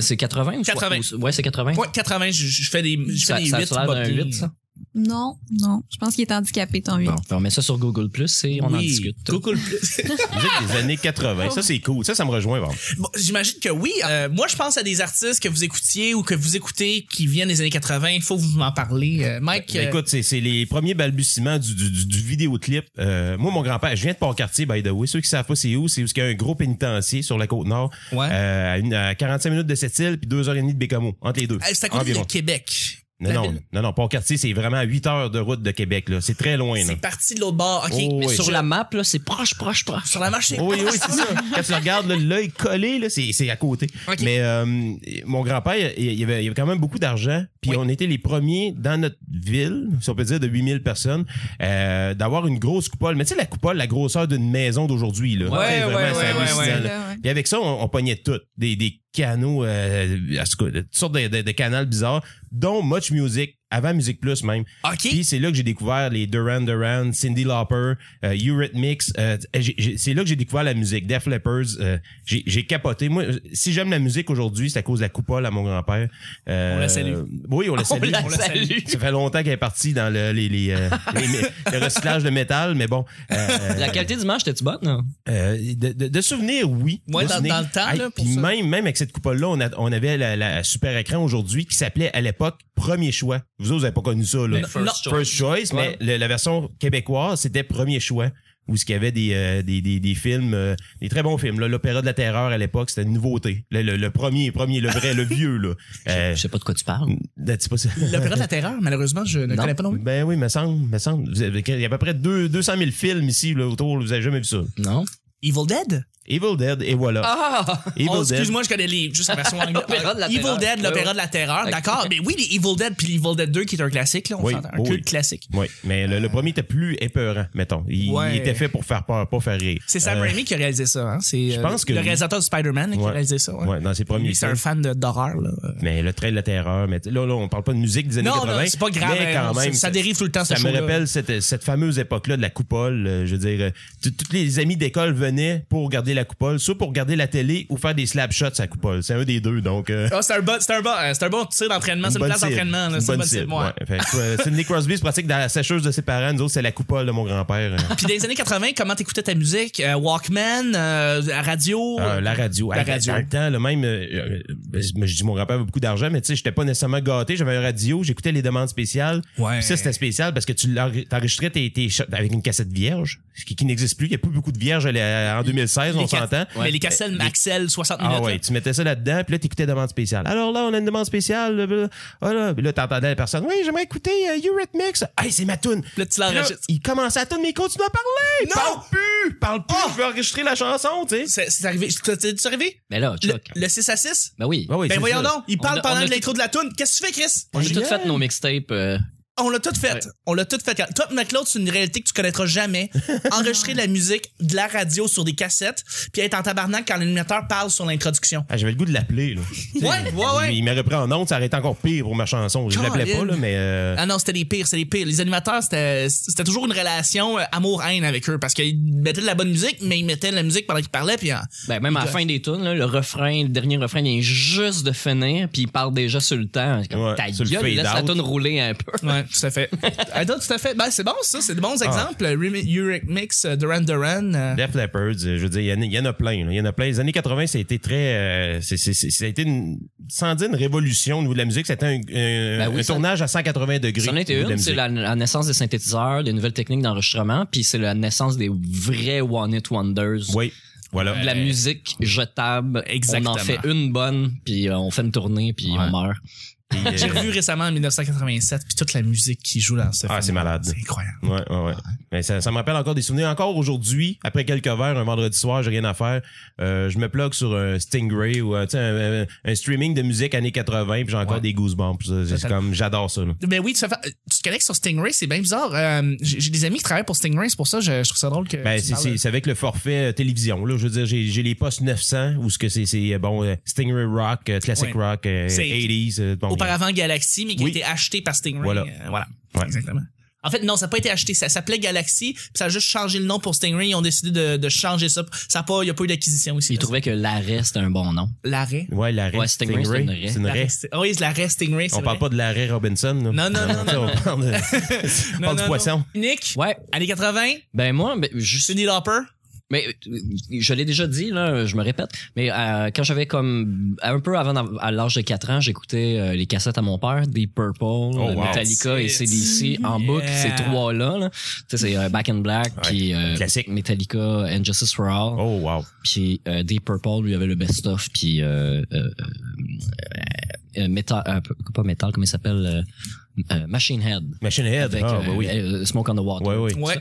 C'est 80 ou
80.
soix- ou- Ouais, c'est 80.
Point 80, je, je fais des, je fais
Ça,
des
ça
8
a l'air d'un 8, ça.
Non, non. Je pense qu'il est handicapé, tant mieux.
Bon, on met ça sur Google Plus et on en discute.
Coucou le plus.
Musique des années 80. Ça, c'est cool. Ça, ça me rejoint, vraiment.
Bon, J'imagine que oui. Euh, moi, je pense à des artistes que vous écoutiez ou que vous écoutez qui viennent des années 80. Il faut que vous m'en parlez. Euh, Mike,
Ben,
euh,
écoute, c'est c'est les premiers balbutiements du, du, du- du vidéoclip. Euh, moi, mon grand-père, je viens de Port-Cartier, by the way. Ceux qui savent pas c'est où, c'est où il y a un gros pénitencier sur la Côte-Nord,
Ouais.
euh, à, une- à 45 minutes de cette île, puis 2h30 de Bécamo, entre les deux.
euh, c'est à côté de
environ.
Québec.
Non,
La
non,
ville.
non, non, pas au quartier, c'est vraiment à 8 heures de route de Québec, là. C'est très loin, là.
C'est parti de l'autre bord. OK.
Oh,
Mais
oui. Oh,
sur la map, là, c'est proche, proche, proche.
Sur la marche, c'est.
Oui, oui, c'est ça. Quand tu le regardes, là, l'œil collé, là, c'est, c'est à côté.
Ok.
Mais euh, mon grand-père, il y avait, il y avait quand même beaucoup d'argent. Puis
Oui.
on était les premiers dans notre ville, si on peut dire de 8000 personnes, euh, d'avoir une grosse coupole. Mais tu sais, la coupole, la grosseur d'une maison d'aujourd'hui. Là.
Ouais,
Tu sais,
ouais,
vraiment,
ouais,
c'est
ouais,
hallucinant,
ouais.
là.
Là, ouais.
Puis avec ça, on, on pognait tout. Des, des canaux, euh, en tout cas, de toutes sortes de, de- de canaux bizarres, dont Much Music, avant Music Plus même.
OK.
Puis c'est là que j'ai découvert les Duran Duran, Cindy Lauper, euh, Eurythmics. euh, j'ai- j'ai- c'est là que j'ai découvert la musique. Def Leppers, euh, j'ai j'ai capoté. Moi, euh, si j'aime la musique aujourd'hui, c'est à cause de la coupole à mon grand-père. Euh,
On la salue.
Oui, on la salue.
la salue.
Ça fait longtemps qu'elle est partie dans le, les, les, euh, les- le recyclage de métal, mais bon. euh,
La qualité d'image, t'es-tu bonne? non?
euh, de, de, de souvenirs, oui.
Ouais,
De
dans-
souvenirs.
dans le temps,
Hey,
là, pour
puis
ça.
Même, même avec cette coupole-là, on, a- on avait la, la super écran aujourd'hui qui s'appelait à l'époque Premier Choix. Vous autres, vous n'avez pas connu ça, là.
Non, First non. Choice.
First Choice, mais
Ouais.
le- la version québécoise, c'était Premier Choix. Où ce qu'il y avait des, euh, des, des, des films, euh, des très bons films. là. L'Opéra de la Terreur à l'époque, c'était une nouveauté. Le, le- le premier, premier, le vrai, le vieux, là. Euh,
Je sais pas de quoi tu parles.
c'est pas ça.
L'opéra de la terreur, malheureusement, je ne
Non.
connais pas non plus.
Ben oui, me semble, me semble. Vous avez- Il y a à peu près deux- 200 000 films ici, là, autour. Vous avez jamais vu ça.
Non?
Evil Dead?
Evil Dead, et voilà.
Ah!
Evil
Oh,
Dead.
excuse-moi, je connais les, juste la version anglaise.
L'opéra de la
Evil
terreur.
Dead, l'opéra
Ouais, ouais.
de la terreur,
Ok.
d'accord. Mais oui, les Evil Dead puis l'Evil Dead 2 qui est un classique, là, on
Oui,
s'entend, un
oui.
culte classique. Euh.
Oui, mais le, le premier était plus épeurant, mettons. Il,
Ouais.
il était fait pour faire peur, pas faire rire.
C'est Sam
Euh,
Raimi qui a réalisé ça, hein? C'est
Je
euh,
pense que
le
oui.
réalisateur de Spider-Man là, qui a
Ouais.
réalisé ça. ouais.
Ouais, dans ses premiers
Lui, c'est un
films.
fan de- d'horreur, là.
Mais le trait de la terreur, mais t- là, là, on parle pas de musique des années
Non,
80.
non, c'est pas grave.
mais
hein,
quand
non,
même,
ça, ça dérive tout le temps,
Ça
ce
me
show-là.
rappelle cette, cette fameuse époque-là de la coupole. euh, je veux dire, euh, tout- toutes les amis d'école venaient pour regarder la coupole, soit pour regarder la télé ou faire des slap shots à la coupole. C'est un des deux, donc. euh,
Ah, c'est un bon, c'est un bon, euh, c'est un bon tir d'entraînement,
une
c'est une
bonne
place
cible.
d'entraînement, là,
Une
c'est une
bonne
bonne
cible,
cible, ouais.
ouais. Fait que, euh, Sidney Crosby se pratique dans la sécheuse de ses parents. Nous autres, c'est la coupole de mon grand-père. euh.
Puis dans les années 80, comment t'écoutais ta musique? Euh, Walkman, euh, à radio?
Ah, la radio.
La
Ah,
radio.
Dans le temps, là, même, euh, euh, ben, je dis mon grand-père avait beaucoup d'argent, mais tu sais, j'étais pas nécessairement gâté. J'avais un radio, j'écoutais les demandes spéciales.
Ouais.
Puis ça, c'était spécial parce que tu l'enre- t'enregistrais tes, tes shots avec une cassette vierge, ce qui, qui n'existe plus. Il n'y a plus beaucoup de vierges à la- en 2016, on
Les ca-
s'entend.
Mais les cassettes Maxel 60 minutes.
Ah ouais,
là.
tu mettais ça là-dedans, puis là, t'écoutais demande spéciale. Alors là, on a une demande spéciale. euh, Ah là, Puis là t'entendais la personne. Oui, j'aimerais écouter euh, Eurythmics. Hey, c'est ma tune.
Puis là, tu
Puis là,
l'enregistres.
il commençait à tune, mais il continue à parler.
Non! Ah!
Parle plus! Parle plus! Je veux enregistrer la chanson, tu sais.
C'est c'est arrivé. C'est arrivé?
Mais là,
Le,
Chuck.
le 6 à 6?
Ben oui.
Ah oui,
ben
c'est ça.
voyons donc, il
On
parle
a-
pendant
on a
de l'intro de la toune. Qu'est-ce que tu fais, Chris?
On a tout
Génial.
fait nos mixtapes. euh,
On l'a tout fait. On l'a tout fait. Toi, McLeod, c'est une réalité que tu connaîtras jamais. Enregistrer de la musique, de la radio sur des cassettes, puis être en tabarnak quand l'animateur parle sur l'introduction.
Ah, j'avais le goût de l'appeler, là. Tu sais,
Ouais, ouais, ouais.
Il, il m'aurait pris en honte, ça aurait été encore pire pour ma chanson. Je
Colin.
l'appelais pas, là, mais. euh,
Ah non, c'était les pires, c'était les pires. Les animateurs, c'était c'était toujours une relation euh, amour-haine avec eux parce qu'ils mettaient de la bonne musique, mais ils mettaient de la musique pendant qu'ils parlaient, puis hein,
Ben, même à la fin des tunes, là, le refrain, le dernier refrain vient juste de finir, puis il parle déjà sur le temps. C'est Comme,
Ouais,
ta
sur le
gueule,
fade
laisse la
out.
tune rouler un peu.
Ouais, tout à fait. Ah, donc, tout à fait. Ben, c'est bon, ça. C'est de bons exemples. Uric Mix, Duran Duran. euh,
Def Leppard, je veux dire, il y en a- il y, en a plein. là. Il y en a plein. Les années 80, ça a été très... euh, c'est- c'est- c'est- ça a été, une, sans dire une révolution au niveau de la musique, c'était un, un-
Ben oui,
un
ça-
tournage à 180 degrés.
C'en
au
était
niveau de la
une, c'est
musique.
la, la naissance des synthétiseurs, des nouvelles techniques d'enregistrement, puis c'est la naissance des vrais One It Wonders.
Oui, voilà.
De la musique jetable.
Exactement.
On en fait une bonne, puis euh, on fait une tournée, puis on meurt.
Puis, euh,
J'ai revu récemment en 1987, puis toute la musique qui joue dans ce
Ah,
film.
c'est malade.
C'est incroyable.
Ouais, ouais, ouais. Mais ça, ça me rappelle encore des souvenirs. Encore aujourd'hui, après quelques verres, un vendredi soir, j'ai rien à faire. euh, je me plug sur un Stingray ou euh, tu sais, un, un- un streaming de musique années 80, puis j'ai encore
Ouais.
des goosebumps. ça. C'est
Totalement.
comme j'adore ça. là.
Ben oui, tu, fais- tu te connectes sur Stingray, c'est bien bizarre. Euh, J'ai j'ai des amis qui travaillent pour Stingray, c'est pour ça que je, je trouve ça drôle que.
Ben,
tu
c'est-
parles.
c'est c'est avec le forfait euh, télévision. Là, je veux dire, j'ai j'ai les postes 900 où ce que c'est c'est euh, bon euh, Stingray Rock, euh, Classic
Ouais.
Rock, euh,
C'est-
80s. euh, bon,
Auparavant Galaxy, mais qui
Oui.
a été acheté par Stingray.
Voilà.
Euh, voilà.
Ouais.
Exactement. En fait, non, ça n'a pas été acheté. Ça s'appelait Galaxy, puis ça a juste changé le nom pour Stingray. Ils ont décidé de, de changer ça. Ça a pas, il n'y a pas eu d'acquisition aussi.
Ils trouvaient que l'arrêt, c'était un bon nom.
l'arrêt.
Ouais, l'arrêt.
Ouais, Stingray, c'est une raie.
C'est une raie.
L'arrêt. c'est- Oui, l'arrêt Stingray. c'est
On parle
vrai.
pas de l'arrêt Robinson. là.
Non, non, non,
Tu sais, On parle, de- on parle
Non,
du
non,
poisson.
non. Nick,
Ouais.
années 80,
Ben, moi, ben, juste
Cindy Lauper.
Mais euh, je l'ai déjà dit, là, je me répète, mais euh, quand j'avais comme un peu avant d'av- à l'âge de 4 ans, j'écoutais euh, les cassettes à mon père, des Purple, euh,
wow.
Metallica et
That's
CDC en
Yeah.
boucle, ces trois-là. Là. Tu sais, c'est euh, Back in Black, puis euh,
classique.
Metallica, And Justice for All,
Oh, wow.
puis euh, Deep Purple, lui, avait le best-of, puis euh, euh, euh, euh, Metal, euh, pas Metal, comment il s'appelle, euh, euh, Machine Head.
Machine Head.
Avec
ah,
euh,
bah oui.
euh, Smoke on the Water.
Ouais, oui.
Ouais.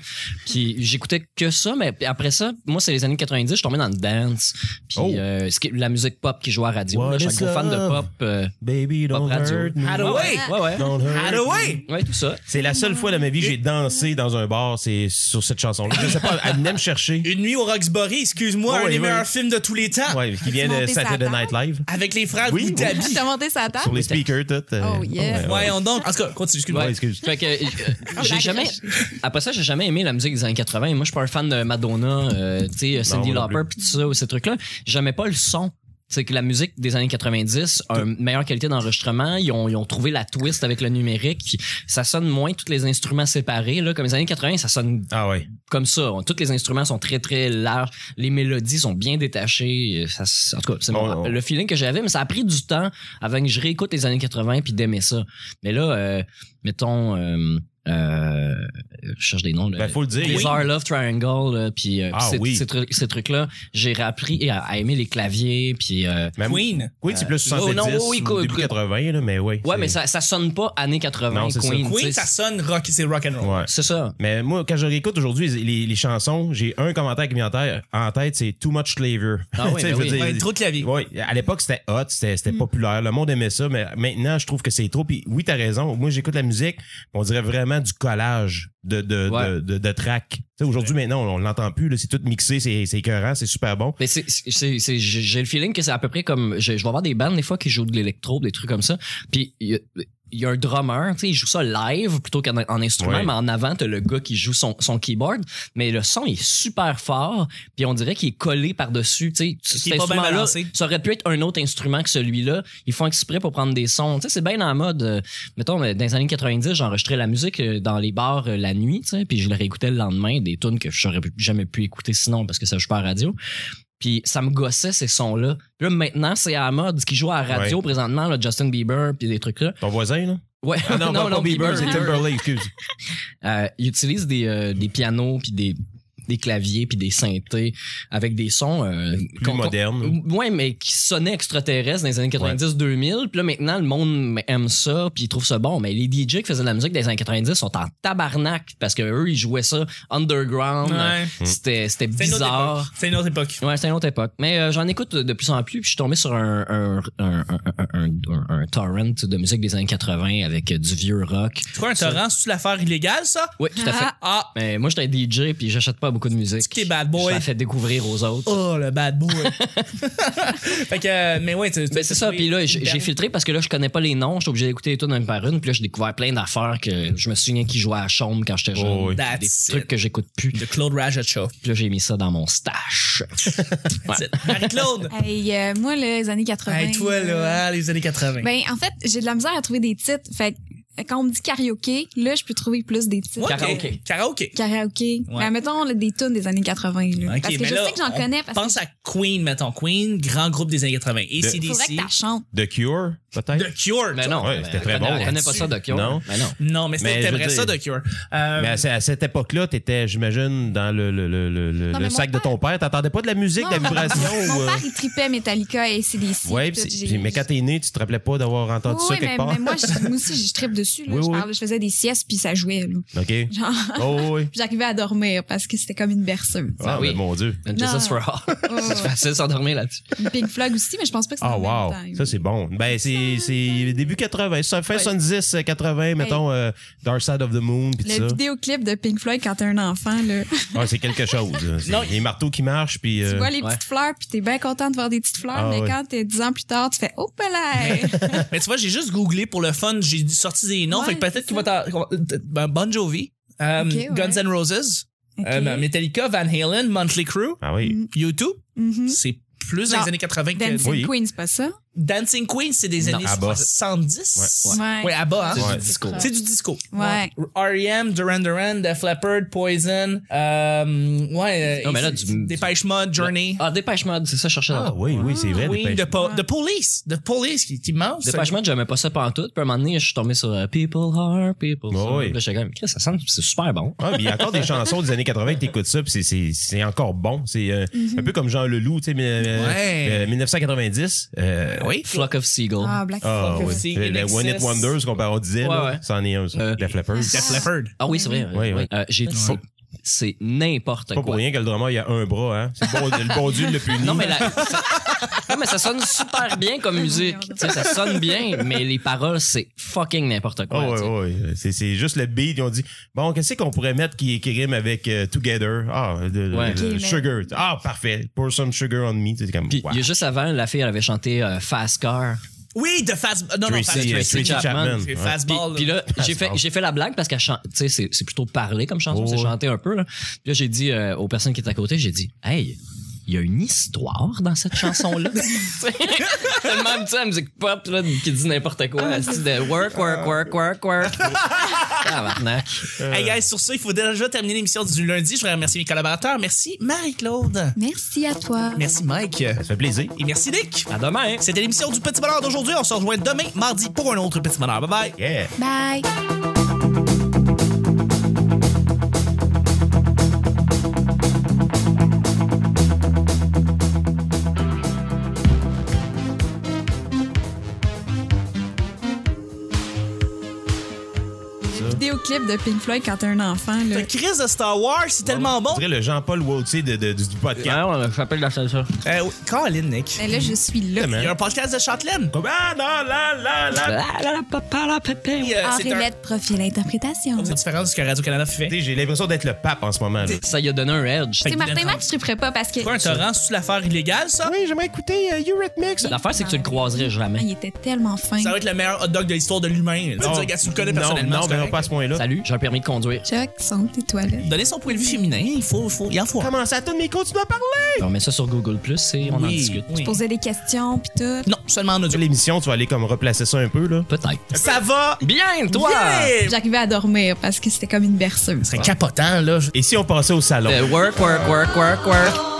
Puis j'écoutais que ça, mais après ça, moi, c'est les années 90, je suis tombé dans le dance. Puis
Oh.
euh, ce qui- la musique pop qui joue à la radio.
What
là, je suis un gros
is
fan de
love?
pop. euh,
Baby,
Pop
don't
radio.
hurt me.
How do we?
ouais, ouais.
Don't hurt
How do we?
Ouais, tout ça.
C'est la seule fois de ma vie que j'ai dansé dans un bar, c'est sur cette chanson-là. Je sais pas, elle venait me chercher.
Une nuit au Roxbury, excuse-moi,
Ouais,
un des
ouais.
meilleurs films de tous les temps.
Ouais, qui vient
Monter
de
sa
Saturday
table.
Night Live.
Avec les frères
Oui,
Boutabi.
T'as monté sa table?
Sur les speakers, tout. euh,
Oh, yeah.
ouais, ouais.
Voyons donc. En tout cas, continue, excuse-moi.
Ouais, excuse.
Fait que euh,
Oh,
j'ai
la
jamais.
crèche.
Après ça, j'ai jamais aimé la musique des années 80. Moi, je suis pas un fan de Madonna, euh, tu sais, Cindy
moi non
Lauper, puis tout ça, ces trucs-là. J'aimais pas le son. C'est que la musique des années 90 a une meilleure qualité d'enregistrement. Ils ont, ils ont trouvé la twist avec le numérique. Ça sonne moins tous les instruments séparés. Là. Comme les années 80, ça sonne
Ah ouais.
comme ça. Tous les instruments sont très, très larges. Les mélodies sont bien détachées. Euh, Ça s- en tout cas, c'est mon-
Oh, oh.
le feeling que j'avais, mais ça a pris du temps avant que je réécoute les années 80 puis d'aimer ça. Mais là, euh, mettons, euh, euh, je cherche Euh, des noms. là.
Ben, faut le dire.
Les Our Love Triangle, là, puis euh,
Ah,
ces,
oui.
ces trucs- ces trucs-là, j'ai appris à, à aimer les claviers, puis... euh,
Même-
Queen.
Oui, c'est plus
oh,
70
non, oui, oui,
ou
cool,
début
cool.
80, là, mais oui.
ouais, mais ça, ça sonne pas années 80,
Non, c'est ça.
Queen. tu
Queen,
sais,
ça sonne rock, c'est rock and roll.
Ouais.
C'est ça.
Mais moi, quand je réécoute aujourd'hui les, les- les chansons, j'ai un commentaire qui vient en tête, en tête, c'est Too Much Flavor.
Ah oui,
Tu sais,
ben
je veux
oui.
dire,
Ouais, trop de clavier.
Ouais, à l'époque, c'était hot, c'était
Mm.
c'était populaire, le monde aimait ça, mais maintenant, je trouve que c'est trop. Puis oui, t'as raison, moi, j'écoute la musique, on dirait vraiment du collage de, de,
Ouais.
de, de- de tracks. Tu sais, aujourd'hui, maintenant, on, on l'entend plus, là, c'est tout mixé, c'est c'est écœurant, c'est super bon.
Mais c'est, c'est- c'est, c'est- j'ai j'ai le feeling que c'est à peu près comme, je, je vais voir des bandes des fois qui jouent de l'électro, des trucs comme ça. Puis il y a, il y a un drummer, tu sais, il joue ça live plutôt qu'en en instrument,
Ouais.
mais en avant t'as le gars qui joue son, son keyboard, mais le son est super fort, puis on dirait qu'il est collé par dessus, tu sais.
Qui est pas bien
instrument-là,
balancé.
Ça aurait pu être un autre instrument que celui-là. Ils font exprès pour prendre des sons. Tu sais, c'est bien en mode, euh, mettons, euh, dans les années 90, j'enregistrais la musique euh, dans les bars euh, la nuit, tu sais, puis je la réécoutais le lendemain, des tunes que j'aurais pu- jamais pu écouter sinon parce que ça joue pas à la radio. Puis ça me gossait ces sons-là. Puis là, maintenant, c'est à la mode, ce qui joue à la radio présentement, là, Justin Bieber, puis des trucs là.
Ton voisin, là?
Ouais,
Ah non, pas, pas Bieber, c'est Timberlake, excuse.
Euh, il utilise des, euh, des pianos, puis des, des claviers, puis des synthés, avec des sons... Euh,
Plus
qu'on- qu'on-
moderne.
Ouais, mais qui sonnait extraterrestre dans les années 90-2000. Puis là, maintenant, le monde aime ça, puis ils trouvent ça bon. Mais les DJ qui faisaient de la musique des années 90 sont en tabarnak parce que eux, ils jouaient ça underground.
Ouais.
C'était, c'était
C'est une autre
bizarre.
époque. C'est une autre époque.
Ouais, c'est une autre époque. Mais euh, j'en écoute de plus en plus, puis je suis tombé sur un, un, un, un, un, un- un torrent de musique des années 80 avec euh, du vieux rock.
C'est quoi un torrent? C'est-tu l'affaire illégale, ça?
Oui, tout à fait.
Ah!
Mais moi, j'étais DJ, puis j'achète pas beaucoup de musique.
qui est bad boy.
Je la fais découvrir aux autres.
Oh, le bad boy. fait que, euh, mais ouais, tu- tu-
Ben, c'est ça,
tu-
puis là, j'ai j'ai filtré parce que là, je connais pas les noms, j'étais obligé d'écouter les tunes une par une, puis là, j'ai découvert plein d'affaires que je me souviens qui jouaient à la chambre quand j'étais jeune.
Oh, oui.
Des
That's
trucs
it.
que j'écoute plus.
De Claude Rajat Show.
Puis là, j'ai mis ça dans mon stash.
That's it. Marie-Claude!
Hey, euh, moi, là, les années 80.
Hey, toi, là, hein, les années 80.
Ben, en fait, j'ai de la misère à trouver des titres. Fait que quand on me dit karaoké, là, je peux trouver plus des titres.
Ouais,
karaoké.
ok. Karaoké.
Karaoké.
Ouais.
Ben, mettons là, des tunes des années 80. Là.
Ok,
parce que
mais
je
là,
sais que j'en
on
connais. Parce
Pense
que
à Queen, mettons. Queen, grand groupe des années 80.
il faudrait
ACDC.
que t'as chantes.
The Cure, peut-être?
The Cure.
Mais non,
Ouais,
ben,
c'était
on
très
connaît-
bon.
On connaît pas ça, Doc. Yo.
Non.
Ben non.
Non, mais
Mais
c'est-
je
t'aimerais
veux
ça,
dire-
The Cure. Euh,
Mais à, ce- à cette époque-là, t'étais, j'imagine, dans le, le, le, le, le- le
Non, mais mon
sac de
père-
ton père. T'entendais pas de la musique, de la
Non,
vibration?
Mon
ou, euh,
père, il tripait Metallica et ACDC.
Ouais,
Tout,
pis c'est-
j'ai-
pis- mais quand t'es né, tu te rappelais pas d'avoir
Oui,
entendu ça
oui,
quelque
mais,
part.
mais moi, je- moi aussi, je tripe dessus. Là,
Oui,
je,
oui.
parle, je faisais des siestes, puis ça jouait. Là.
OK.
Genre,
Oh oui.
puis j'arrivais à dormir parce que c'était comme une berceuse.
Ah,
oui.
mais mon Dieu.
And Jesus for All.
Oh,
C'est facile de s'endormir là-dessus.
Pink Flog aussi, mais je pense pas que c'était
Ah,
en
wow.
même temps.
Ça, c'est bon. Ben, c'est c'est début 80. Ça fait
Ouais.
70, euh, 80, mettons, euh, Dark Side of the Moon, pis tout
Le
ça.
vidéoclip de Pink Floyd quand t'es un enfant, là.
Ah, c'est quelque chose. là. C'est
Non.
les marteaux qui marchent, puis...
tu
euh,
vois les
ouais.
petites fleurs, puis t'es bien content de voir des petites fleurs,
Ah,
mais
ouais.
quand t'es 10 ans plus tard, tu fais Oh, pelé!
Mais tu vois, j'ai juste googlé pour le fun, j'ai sorti des noms,
Ouais,
fait que peut-être
c'est
qu'il va t'en- qu'on va- t- ben, Bon Jovi, euh,
Ok, ouais.
Guns N' Roses, euh, ben, Metallica, Van Halen, Monthly Crew,
Ah oui.
U2, c'est plus dans
Non.
les années 80 que
Mm-hmm. Dancing
Oui.
Queen, c'est pas ça?
Dancing Queen, c'est des
Non,
années
ABBA.
70.
Ouais. Ouais.
Ouais, ABBA, hein.
C'est
Ouais.
du disco.
C'est du disco.
Ouais.
R.E.M., Duran Duran, Def Leppard, Poison, euh, ouais, euh,
Non, mais là, du-
Dépêche Mode, Journey,
Ah, Dépêche Mode, c'est ça, je cherchais.
Ah
tantôt.
oui, oui, c'est vrai.
Queen,
Dépêche-
The, Po- The Police, The Police qui, qui manque.
Dépêche Mode, j'aimais pas ça pantoute. Puis à un moment donné, je suis tombé sur euh, People Are People.
Oh,
Are.
oui.
Puis là, j'étais comme, Christ, ça sent, c'est super bon.
Ah, puis il y a encore des chansons des années 80 que t'écoutes ça, puis c'est- c'est c'est encore bon. C'est euh, un peu comme Jean Leloup, tu sais, mais, euh,
Ouais.
euh, 1990. euh,
oui.
Flock of Seagull.
Ah, Black
Ah
Fuck
oui.
Off, c'est
Le- le
Inexcess.
One It Wonders qu'on par- on disait,
Ouais,
là,
ouais.
c'en est un, ça.
Euh,
Def Leppard.
Def
Def Leppard.
Ah oui, c'est vrai.
Oui, oui.
Euh, J'ai dit,
Ouais.
c'est n'importe
Pas
quoi.
pour rien que le drummer, il y a un bras, hein. C'est le bon, le bon Dieu le punit.
Non, mais, la- Non, mais ça sonne super bien comme musique. Tu sais, ça sonne bien, mais les paroles, c'est fucking n'importe
Oh,
quoi. tu sais.
ouais, ouais. C'est, c'est juste le beat. Ils ont dit, bon, qu'est-ce qu'on pourrait mettre qui, qui rime avec euh, Together? Ah, de- de-
Ouais.
de-
Qui met-
Sugar. Ah, parfait. Pour some sugar on me. C'est comme,
Puis,
wow.
il y a juste avant, la fille, elle avait chanté euh, Fast Car.
Oui, de Fast... Non, non,
Tracy,
Fast...
euh,
Tracy.
Tracy
Chapman.
Chapman.
C'est
Ouais.
Puis,
Fastball.
puis là, j'ai fait, j'ai fait la blague parce qu'elle chante, tu sais, c'est, c'est plutôt parler comme chanson,
Oh,
c'est
ouais.
chanter un peu. Là. Puis là, j'ai dit euh, aux personnes qui étaient à côté, j'ai dit, hey, il y a une histoire dans cette chanson-là. Tu sais, Tellement, tu sais, la musique pop là, qui dit n'importe quoi. Elle dit de work, work, work, work, work. Tabarnak.
Euh. Hey guys, sur ça, il faut déjà terminer l'émission du lundi. Je voudrais remercier mes collaborateurs. Merci Marie-Claude.
Merci à toi.
Merci Mike.
Ça fait plaisir.
Et merci Nick.
À demain.
C'était l'émission du Petit Bonheur d'aujourd'hui. On se rejoint demain, mardi, pour un autre Petit Bonheur. Bye bye.
Yeah.
Bye. Vidéoclip de Pink Floyd quand t'es un enfant. Là.
Le Chris de Star Wars, c'est tellement
On
bon.
dirait le Jean-Paul Waltier de, de- du, du podcast.
on s'appelle la salle ça.
Euh, oui. Colin, Nick.
Mais là, je suis là.
Exactement.
Il y a un podcast de Châtelaine.
Comme, ah, non, là, là,
Ah,
là.
Puis, euh,
Henri
C'est un-
Lette, profil interprétation.
c'est différent de ce que Radio-Canada fait.
Tu sais, J'ai l'impression d'être le pape en ce moment. là.
Ça lui a donné un edge.
Tu sais, Martin Matt, je triperais pas parce que.
Pourquoi un torrent? C'est-tu l'affaire illégale, ça?
Oui, j'aimerais écouter euh, Eurythmics.
L'affaire, c'est que tu le croiserais
Ah,
jamais.
Il était tellement fin.
Ça va être le meilleur hot dog de l'histoire de l'humain. Tu
Non.
sais, regarde, tu le connais
Non,
personnellement.
Non,
c'est
mais non,
correct.
pas à ce point-là.
Salut, j'ai un permis de conduire.
Chuck, sont tes toilettes.
Donner son point de vue féminin, il faut, faut, il en faut.
Comment ça, tous mes cours, tu dois parler?
On met ça sur Google Plus et on en
Oui,
discute.
oui.
Poser des questions, pis tout.
Non, seulement en
Sur
audio.
l'émission, tu vas aller comme replacer ça un peu, là.
Peut-être.
Ça va!
Bien, toi!
Yeah!
J'arrivais à dormir parce que c'était comme une berceuse.
C'est capotant, là.
Et si on passait au salon?
Euh, work, work, work, work, work.